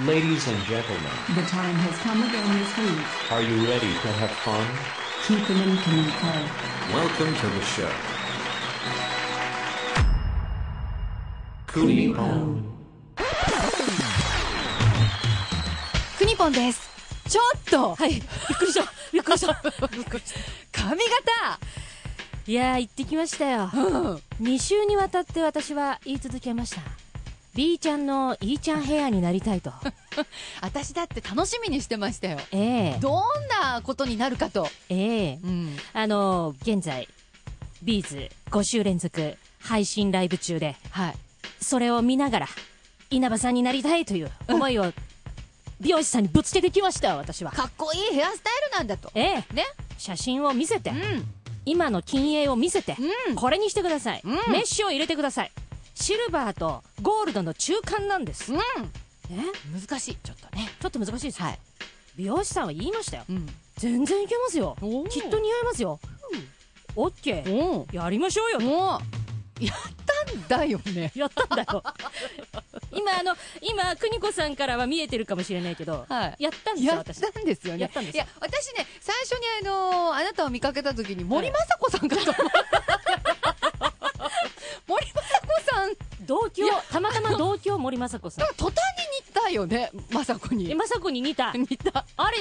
Ladies and gentlemen, The time has come again this week are you ready to have fun? to communicate. Welcome to the show. Kuni Pon. クニポンです。ちょっとはい。びっくりした。びっくりした。 髪型いやー行ってきましたよ、2週にわたって私は言い続けました B ちゃんの E ちゃんヘアになりた いと私だって楽しみにしてましたよ。ええどんなことになるかと。ええうん。あのー現在 B'z 5週連続配信ライブ中ではい。それを見ながら稲葉さんになりたいという思いを美容師さんにぶつけてきましたよ私はかっこいいヘアスタイルなんだと。ええね。写真を見せて、う今の金鋭を見せて、うんこれにしてください、うんメッシュを入れてくださいシルバーとゴールドの中間なんです、ん。うん。ね難しい。ちょっとね。ちょっと難しいですよ、はい美容師さんは言いましたようん。全然いけますよおーきっと似合いますよオッケーおうやりましょうよともう、やったんだよね。やったんだよ 今あの今邦子さんからは見えてるかもしれないけど、はいやったんですやよっ私たんですよね。やったんですいよや、私ね、最初にあのーあなたを見かけた時に森昌子さんか と思った。森昌子さん同居たまたま同居森雅子さんなんか途端に似たよね、まさこえに。雅子に似た似た。あれ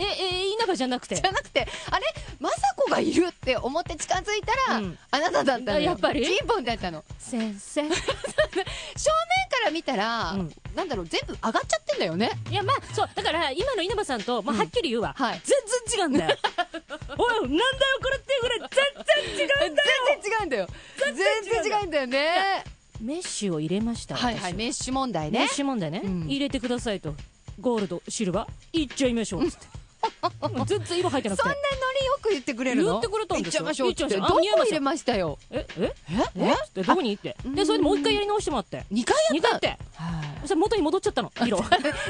ええ稲葉じゃなくてじゃなくて、あれ、まさこがいるって思って近づいたら、うんあなただったのよ。やっぱりチンポンだったの。先生 い正面から見たら、うんなんだろう、全部上がっちゃってんだよね。やまあそうだから今の稲葉さんと、まあ、はっきり言うわ、はい全然違うん だよおいなんだよこれっていうぐらい全然違うんだよ全然違うんだよ。全然違うんだよね。メッシュを入れましたはいはい、メッシュ問題メッね。シュ問題ね、うん入れてくださいとゴールドシルバーいっちゃいましょうつって もう全然色入ってなくそんてなノリよく言ってくれるの言ってくれたんです行っちゃよいましょうって。行っちゃいどましょうあこ似合いまし入たれましたよ。ええええっつってどこにってうんでそれでもう一回やり直してもらって二回2や回っ。ったてはいそしたら元に戻っちゃったの色ね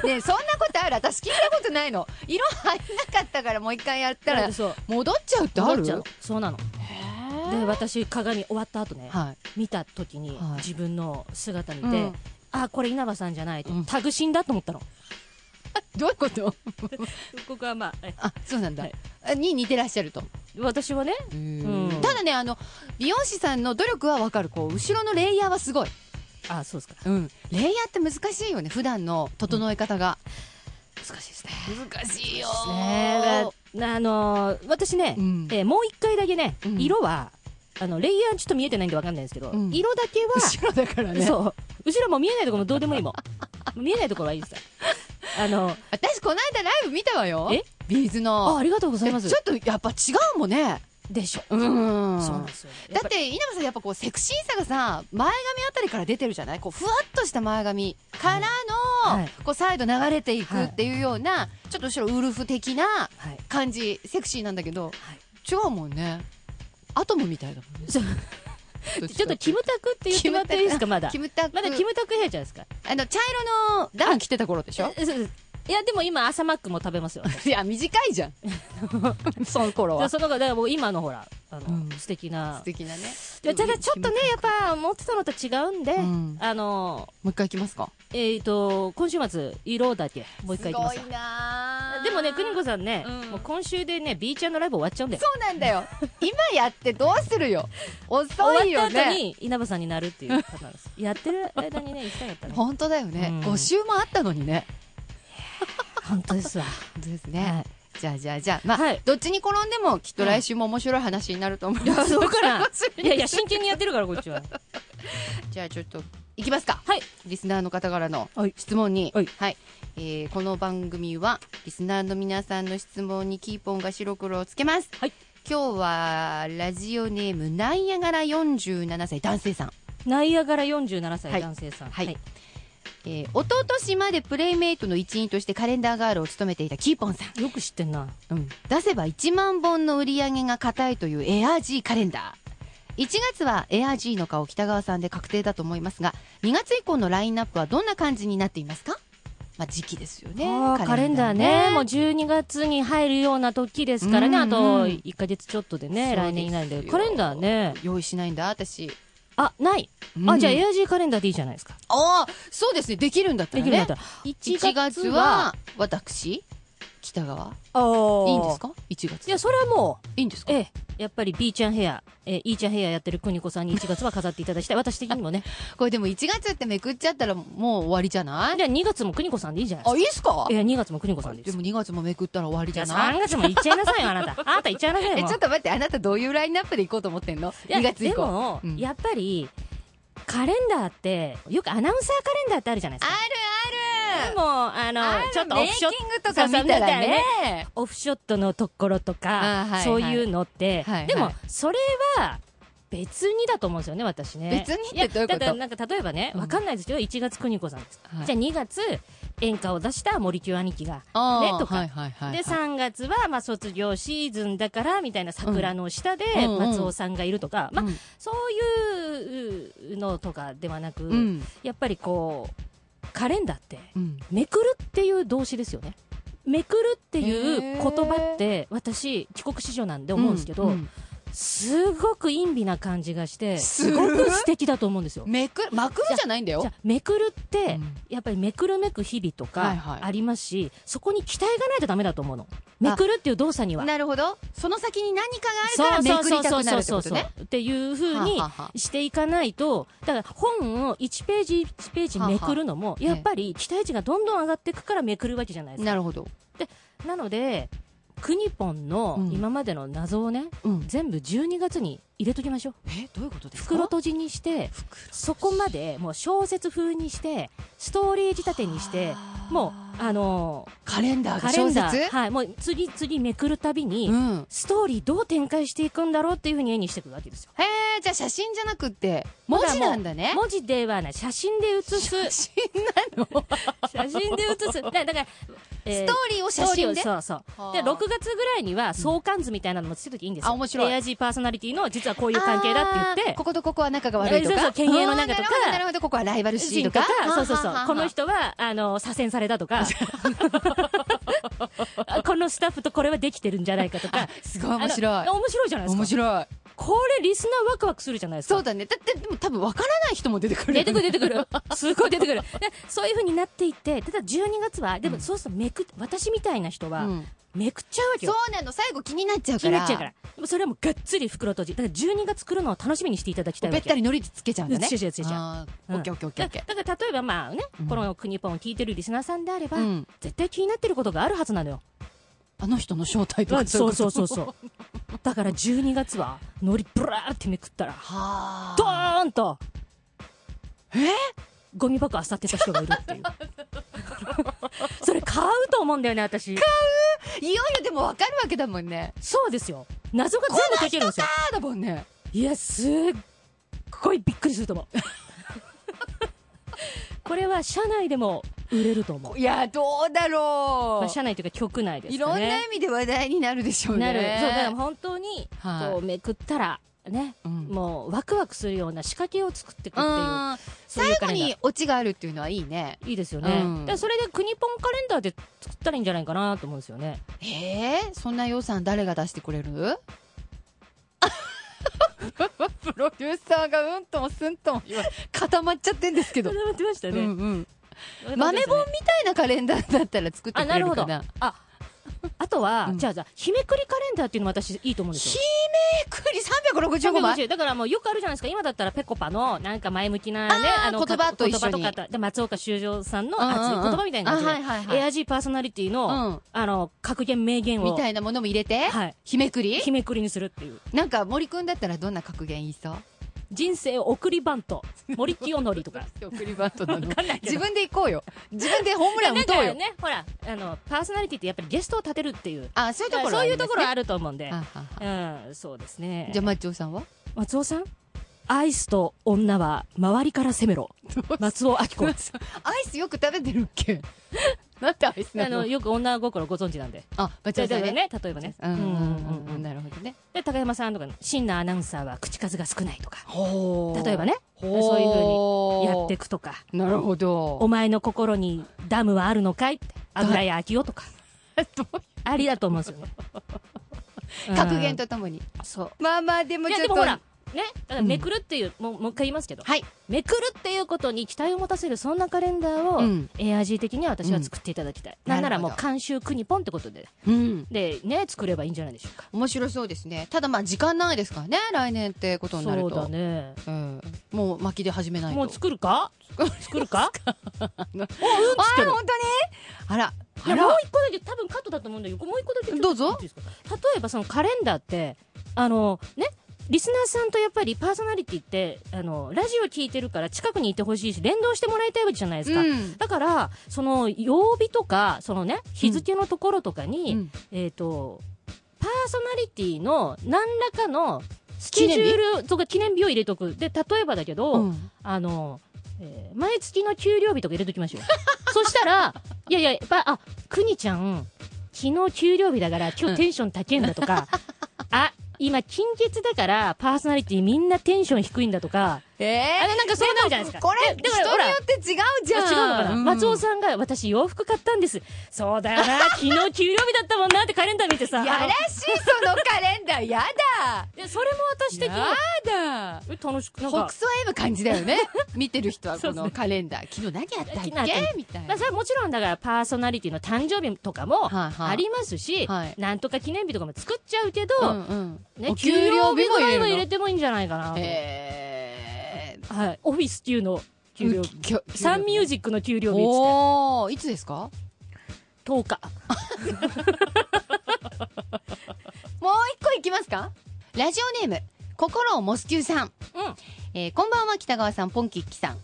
えそんなことある私聞いたことないの色入んなかったからもう一回やったらそう戻っちゃうってあ戻るっちゃうのそうなので私鏡終わった後ね、はい見た時にはい自分の姿見て、うんあこれ稲葉さんじゃないと、うんタグ死んだと思ったのどういうことここはまあえ あそうなんだ、はいに似てらっしゃると私はねんただねあの美容師さんの努力はわかるこう後ろのレイヤーはすごい、あそうですかうん、レイヤーって難しいよね普段の整え方が、難しいですね難しいよねえあのー私ね、うんえーもう一回だけね、うん色はあのレイヤーちょっと見えてないんでわかんないんですけど、うん色だけは、後ろだからねそう後ろも見えないところもどうでもい いもん見えないところはいいですよあの私この間ライブ見たわよえビーズあのありがとうございますちょっとやっぱ違うもんねでしょ、うんそうなんですよだって稲葉さんやっぱこうセクシーさがさ前髪あたりから出てるじゃないこうふわっとした前髪からの、はいはいこうサイド流れていくっていうような、ちょっと後ろウルフ的なはい感じセクシーなんだけどはい違うもんねアトムみたいだもんねそう ちょっとキムタクって言ってもらっていいですかまだキムタクまだキムタクヘアじゃないですかあの茶色のダウン着てた頃でしょえそうですいやでも今朝マックも食べます よいや短い じゃんその頃は素その方だから僕今のほらあの、うん素敵な敵なねいやた だちょっとねやっぱ思ってたのと違うんで、うんあのもう一回いきますかえっ、と今週末色だけもう一回いきますごいなーでもね邦子さんね、うんもう今週でね B ちゃんのライブ終わっちゃうんだよそうなんだ よ。今やってどうするよ。遅い終わよった後ね。に稲葉さんになるっていうパターンですやって る間にね行きたいやったね本当だよね。うん5週もあったのにね。本当ですわ本当ですはね。じゃあじゃあじゃあ、まあ、はいどっちに転んでもきっと来週も面白い話になると思いいやます。そうか な楽しみいやいや真剣にやってるからこっ ちはじゃあちょっと、いきますか。はいリスナーの方からのはい質問に。はいえーこの番組は、リスナーの皆さんの質問にキーポンが白黒をつけます。はい今日は、ラジオネーム、ナイアガラ47歳男性さん。ナイアガラ47は歳い男性さんはいえー、一昨年までプレイメイトの一員としてカレンダーガールを務めていたキーポンさ、よく知ってんなん出せば1万本の売り上げが固いというエアー G カレンダー1月はエアー G の顔北川さんで確定だと思いますが2月以降のラインナップはどんな感じになっていますか、まあ、時期ですよねあーカレンダーね、もうう12月に入るような時ですからね、うんうんあと1ヶ月ちょっとでそうですね、よ来年になるんで、カレンダーね、用意しないんだ私あ、ない。うあ、んじゃあ AIG カレンダーでいいじゃないですか。ああ、そうですね。できるんだったでらきるんだねった。ら。 1月は、私、北川。あーいいんですか ?1 月。いや、それはもう、いいんですかええ、やっぱり B ちゃんヘア、えー、E ちゃんヘアやってる邦子さんに1月は飾っていただきたい。私的にもね。これでも1月ってめくっちゃったらもう終わりじゃないじゃあ2月も邦子さんでいいじゃないであ、いいっすかすか。いや、2月も邦子さんでいいでですも2月もめくったら終わりじじゃゃなあい3月も行っちゃいな さいよ、あなた。あなた行っちゃいなさいよ。え、もうちょっと待って、あなたどういうラインナップで行こうと思ってんのいや ?2 月以で降。も、うんやっぱり、カレンダーって、よくアナウンサーカレンダーってあるじゃないですか。あでるも、ああの、るちょっとオメフイシキョンット、グとか見たらね。オフショットのところとか、あーはいそういうのって、はいはいでも、それは、別にだと思うんですよね、私ね。別にってどういうことやだからなんか、例えばね、うんわかんないですよ、1月邦子さんです。はいじゃあ2月、演歌を出した森清兄貴が、あーねとかはいはいはいはい。で、3月は、まあ、卒業シーズンだから、みたいな桜の下でうんうんうん松尾さんがいるとか、まあうん、そういうのとかではなく、うん。やっぱりこう、カレンダーって、うん。めくるっていう動詞ですよね。めくるっていへう言ー葉って、私、帰国子女なんで思うんですけど、ううんすごく陰微な感じがして、すするごく素敵だと思うんですよ。めくる、まくるじゃないんだよじゃ。あめくるって、うんやっぱりめくるめく日々とはいかはいありますし、そこに期待がないとダメだと思うの。めくるっていう動作には。なるほど。その先に何かがあるからめくりたくなるってことね。う。っていうふうにはあはあしていかないと、だから本を1ページ1ページめくるのも、あはあやっぱり期待値がどんどん上がっていくからめくるわけじゃないですか。なるほど。なので、クニポンうのん今までの謎をね、うん。全部12月に入れときましょう。え、どういうことですか袋閉じにして、そこまでもう小説風にして、ストーリー仕立てにして、もう、あのカレンダーーがカレ小ンダ説ー、はい、もう次々めくるたびに、うん。ストーリーどう展開していくんだろうっていうふうに絵にしていくわけですよ。へえ、じゃあ写真じゃなくって、文字なんだね。文字ではない、写真で写す。写写真なの 真で写 す。だだから、えスートーリーを写真でストーリーをそうそう。で、はあ6月ぐらいには相関図みたいなのもつけときいいんですよ。あ面白いエアジーパーソナリティの実はこういう関係だってあ言ーっこて、ことここは仲が悪いとえーか。そうそう犬猿の仲とかあーなるほど、なるほど、ここはライバルシーンとか。そうそうそはははう。この。人は、あの、左遷されたと か、あこのスタッフとこれはできてるんじゃないかとか。すごい面白あいの。面白いじゃないですか。面白い。これリスナーワクワクするじゃないですか。そうだね。だって、でも多分わからない人も出てくる。出てくる出てくる。 すごい出てくる。でそういう風になっていって、ただ12月は、でもそうするとめく、私みたいな人うは、ん。めくっちゃうわけそよ。うなの、最後気になっちゃう気かにら。なっちゃうから。でもそれはもうがっつり袋閉じ。だから12月来るのを楽しみにしていただきたいわべっけ。たりノリつけちゃうんだね。違う違う違う違うあーうんオッケーオッケーオッケーオッケだだから例えばまあね、うんこの国ポンを聞いてるリスナーさんであれば、ー。うん。絶対気になってることがあるはずなのよ。あの人の正体とか。そうそうそううそう。だから12月は、ノリブラーってめくったら、はあ。ドーンと、えゴミ箱漁ってた人がい るっていう。それ買うと思うんだよね、私。いよいよでもわかるわけだもんね。そうですよ。謎が全部解けるんですよ。あーだもんね。いや、すっごいびっくりすると思う。 これは社内でも売れると思う。いや、どうだろまう。あ、社内というか局内ですいかろんね。な意味で話題になるでしょうね。なる。そう、だから本当に、はいこうめくったら、ね、うんもうワクワクするような仕掛けを作っていくっていう。うんそうい最う後カレンダーにオチがあるっていうのはいいね。いいですよね。うんだからそれで国ポンカレンダーで作ったらいいんじゃないかなと思うんですよね。えー、そんな予算誰が出してくれる プロデューサーがうんともすんとも今固まっちゃってんですけど。ってましたうんうん、豆豆本本みたいなカレンダーだったら作ってあ、くれなるるほかど。なあ、あとは、うんじゃあじゃあ、日めくりカレンダーっていうのも私いいと思うんですひよ。めくり365枚350だからもうよくあるじゃないですか。今だったらペコパのなんか前向きなね、あーの、言葉と一緒に言葉とか、で松岡修造さんのうんうんうん熱い言葉みたいな感じで、あはいはいはいエアジーパーソナリティの、うんあの、格言名言みを、たいなものも入れて、はい日めくり日めくりにするっていう。なんか森くんだったらどんな格言言いそう人生送りバント、森清 則とか。送りバントなのわかんないけど自分で行こうよ自分でホームランな打んとうかよ、ね、ほら、あの、パーソナリティってやっぱりゲストを立てるっていう。あそういうところそういうところああると思うんでる。んですねあはうん、そうですねは。じゃあマッチョさんは松尾さんアイスと女は周りから攻めろ。松尾明子。アイスよく食べてるっ けなんでアイスあなのの、よく女心ご存知なんで。あ、マッチョさん例えばね。ね、例えばね。うんうんうんうん、で、なるほどね。高山さんとか、真のアナウンサーは口数が少ないとか。ほ例えばね、そういうふうにやっていくとか。く。なるほおど。前の心にダムはあるのかいって。油や秋夫とか。どうありだと思うんですよね 。格言と。とともに。そう。まあまあ、でもいちょっや、でと。もほら、ね、だからめくるっていう、もうもう一回言いますけど、はい。めくるっていうことに期待を持たせるそんなカレンダーを、うん AIG 的には私は作っていただきたい、うんなんなならるもほうど監修国ポンってことでうん。でね作ればいいんじゃないでしょうか面白そうですね。ただまあ時間ないですからね、来年ってことになるそと。うだねうん。もう巻きで始めないと。もう作るか作るか あてーる本当にあら。いあやもうら。一個だけ多分カットだと思うんだけどもう一個だけちょっとどうぞいいですか例えばそのカレンダーってあのねリスナーさんとやっぱりパーソナリティってあのラジオ聞いてるから近くにいてほしいし連動してもらいたいわけじゃないですか、うんだからその曜日とかそのね日付のところとかに、うんえっ、とパーソナリティの何らかのスケジュールとか記念日を入れとくで例えばだけど、うんあの、えー毎月の給料日とか入れと きましょう。そしたら、いやいや、やっぱ、あ、くにちゃん、昨日給料日だから今日テンション高いんだとか、あ、今金欠だからパーソナリティみんなテンション低いんだとか、ええあれなんかそうなるじゃないですか。これえ人によって違うじゃん違うのかな、うん松尾さんが私洋服買ったんです。そうだよ な、昨日給料日だったもんなってカレンダー見てさ。やらあのしいそのカレンダーやだいやそれも私的に、やだえ楽しく、なん北か、総 M 感じだよ ね見てる人はこそうのカレンダー昨日何やったっ昨日やったけみたいまなあ、それはもちろんだからパーソナリティの誕生日とかもはいはいありますし、はいなんとか記念日とかも作っちゃうけど、うんうんね、お給給料料日日ぐもら入いれるはの入れてもいいんじゃないかなと。へはい。オフィス級のえ給料日。サンミュージジックの給料日っつっておおいつですか10日。もう一個いきますかラジオネーム心をモスキューさんうん。えーこんばんは北川さんポンキッキさん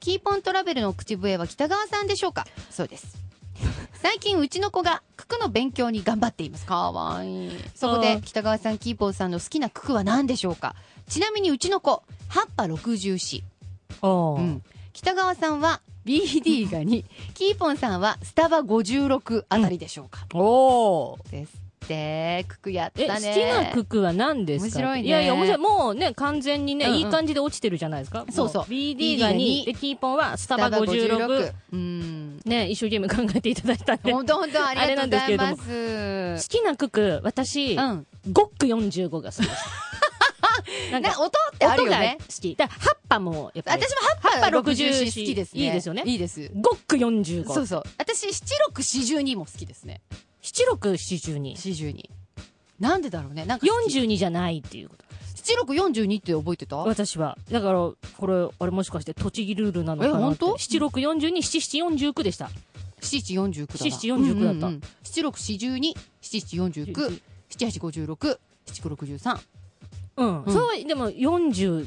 キーポントラベルの口笛は北川さんでしょうかそうです 最近うちの子が九九の勉強に頑張っていますかわいいそこあでー北川さんキーポンさんの好きな九九は何でしょうかちなみにうちの子葉っぱ64おう。ん、北川さんは BD が2 キーポンさんはスタバ56あたりでしょうか、おーですってククやっえ、たね好きなククは何ですか面白いねやいや、面白い。もうね、完全にね、うんうんいい感じで落ちてるじゃないですか。そうそうも BD BD がが2、 2で、キーポンはスタスバタバ56。 56うんね、一生懸命考えていただいたんで。好本当本当ありがとうございあれなんまですきなクク、私、うんゴック45が好きです。 なんねか、音ってあるよ音ねが好き。だから、葉っぱも、やっぱり、私も葉っぱ葉っぱ60 60好きですねいいですよねいいですゴック45。そうそう私七六四十二も好きですね七六四十二。四十二なんでだろうねなんか四十二じゃないっていうこと。七六四十二って覚えてた私は。だから、これ、あれもしかして、栃木ルールなのかなえ本当七六四十二、七七四十九でした。七七四十九だな7749だったうんうんうん七六四十二七七四十九七八五十六七九六十三うん。うんそう、でも、四十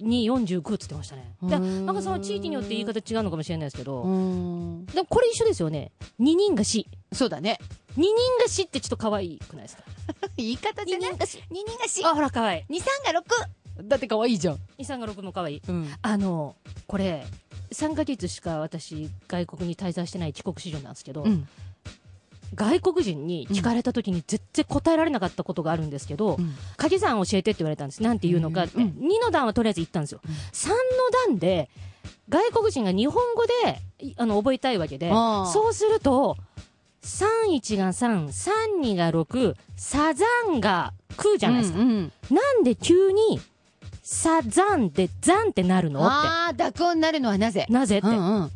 二、四十九って言ってましたね。だうーからんなんかその地域によって言い方違うのかもしれないですけうど。ーんでも、これ一緒ですよね。二人が死。そうだね 二人が死ってちょっと可愛くないですか言い方じゃない二人が四あ、ほら、可愛い。二三が六だって可愛いじゃん二三が六も可愛い。うんあの、これ、3ヶ月しか私、外国に滞在してない帰国子女なんですけど、うん外国人に聞かれた時に絶対答えられなかったことがあるんですけど、うん掛け算教えてって言われたんです。なんて言うのかって。うん2の段はとりあえず言ったんですよ。うん3の段で、外国人が日本語で、いあの、覚えたいわけで、あーそうすると、31が3、32が6、サザンが9じゃないですか。うんうんなんで急に、サザンでザンってなるのっああ濁音になるのはなぜて。なぜってう。んうん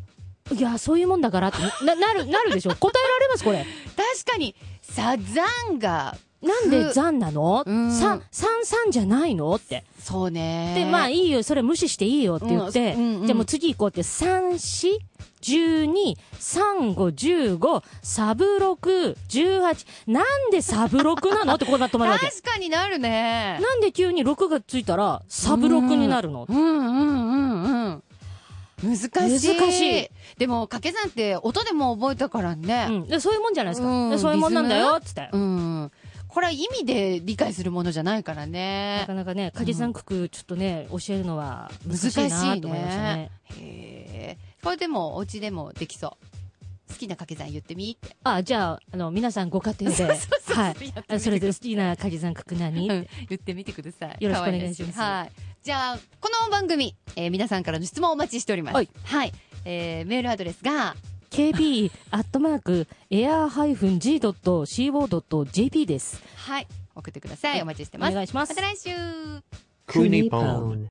いや、そういうもんだからって、な、なる、なるでしょ答えられます、これ。確かにサザンがなんで残なのうん三、三三じゃないのって。そうねで、まあいいよ、それ無視していいよって言って、うんうんうんじゃあもう次行こうって、三、四、十二、三、五、十五、サブ六、十八。なんでサブ六なのってここが止まるわけ。確かになるねなんで急に六がついたら、サブ六になるのうんうんうんうん難しい難しいでも掛け算って音でも覚えたからうねん。でそういうもんじゃないですうか。んでそういうもんなんだよ、つって。うん、これは意味で理解するものじゃないからなねかなかね、掛け算九九ちょっとね、教えるのは難難ししいいねなと思いましたね。へえこれでもお家でもできそう好きな掛け算言ってみってあ、じゃあ、あの、皆さんご家庭で、はい。あそれぞれ好きなカジさんくく何、うん 言ってみてくださいよろしくお願いします可愛らはいじゃあこの番組、えー皆さんからの質問をお待ちしておりますはい、えーメールアドレスが ?kb アットマーク、air-g.co.jp です。はい送ってくださいお待ちしてますお願いしますまた来週 Kunipone.